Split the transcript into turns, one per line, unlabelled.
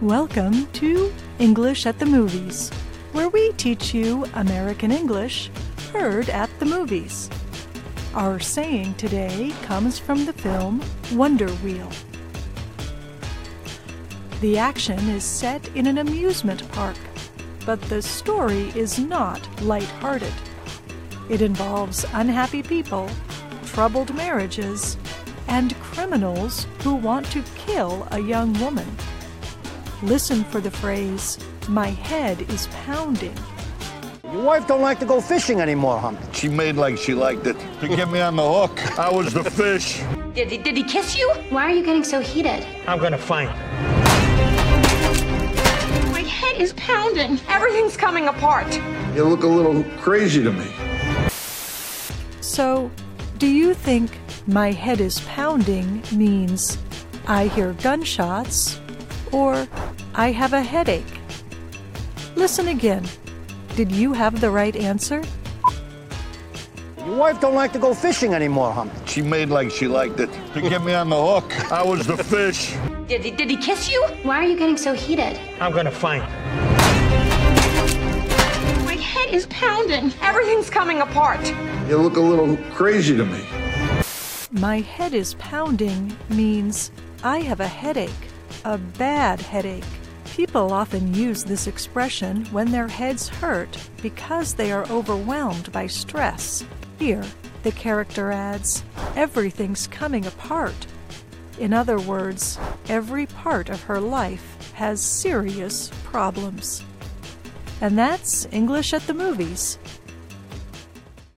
Welcome to English at the Movies, where we teach you American English heard at the movies. Our saying today comes from the film Wonder Wheel. The action is set in an amusement park, but the story is not lighthearted. It involves unhappy people, troubled marriages, and criminals who want to kill a young woman. Listen for the phrase, my head is pounding.
Your wife don't like to go fishing anymore, huh?
She made like she liked it to get me on the hook. I was the fish.
Did he, did he kiss you?
Why are you getting so heated?
I'm gonna find her.
My head is pounding. Everything's coming apart.
You look a little crazy to me.
So, do you think my head is pounding means I hear gunshots or I have a headache? Listen again. Did you have the right answer?
Your wife don't like to go fishing anymore, huh?
She made like she liked it to get me on the hook. I was the fish.
Did he, did he kiss you?
Why are you getting so heated?
I'm gonna find her.
My head is pounding. Everything's coming apart.
You look a little crazy to me.
My head is pounding means I have a headache, a bad headache. People often use this expression when their heads hurt because they are overwhelmed by stress. Here, the character adds, everything's coming apart. In other words, every part of her life has serious problems. And that's English at the Movies.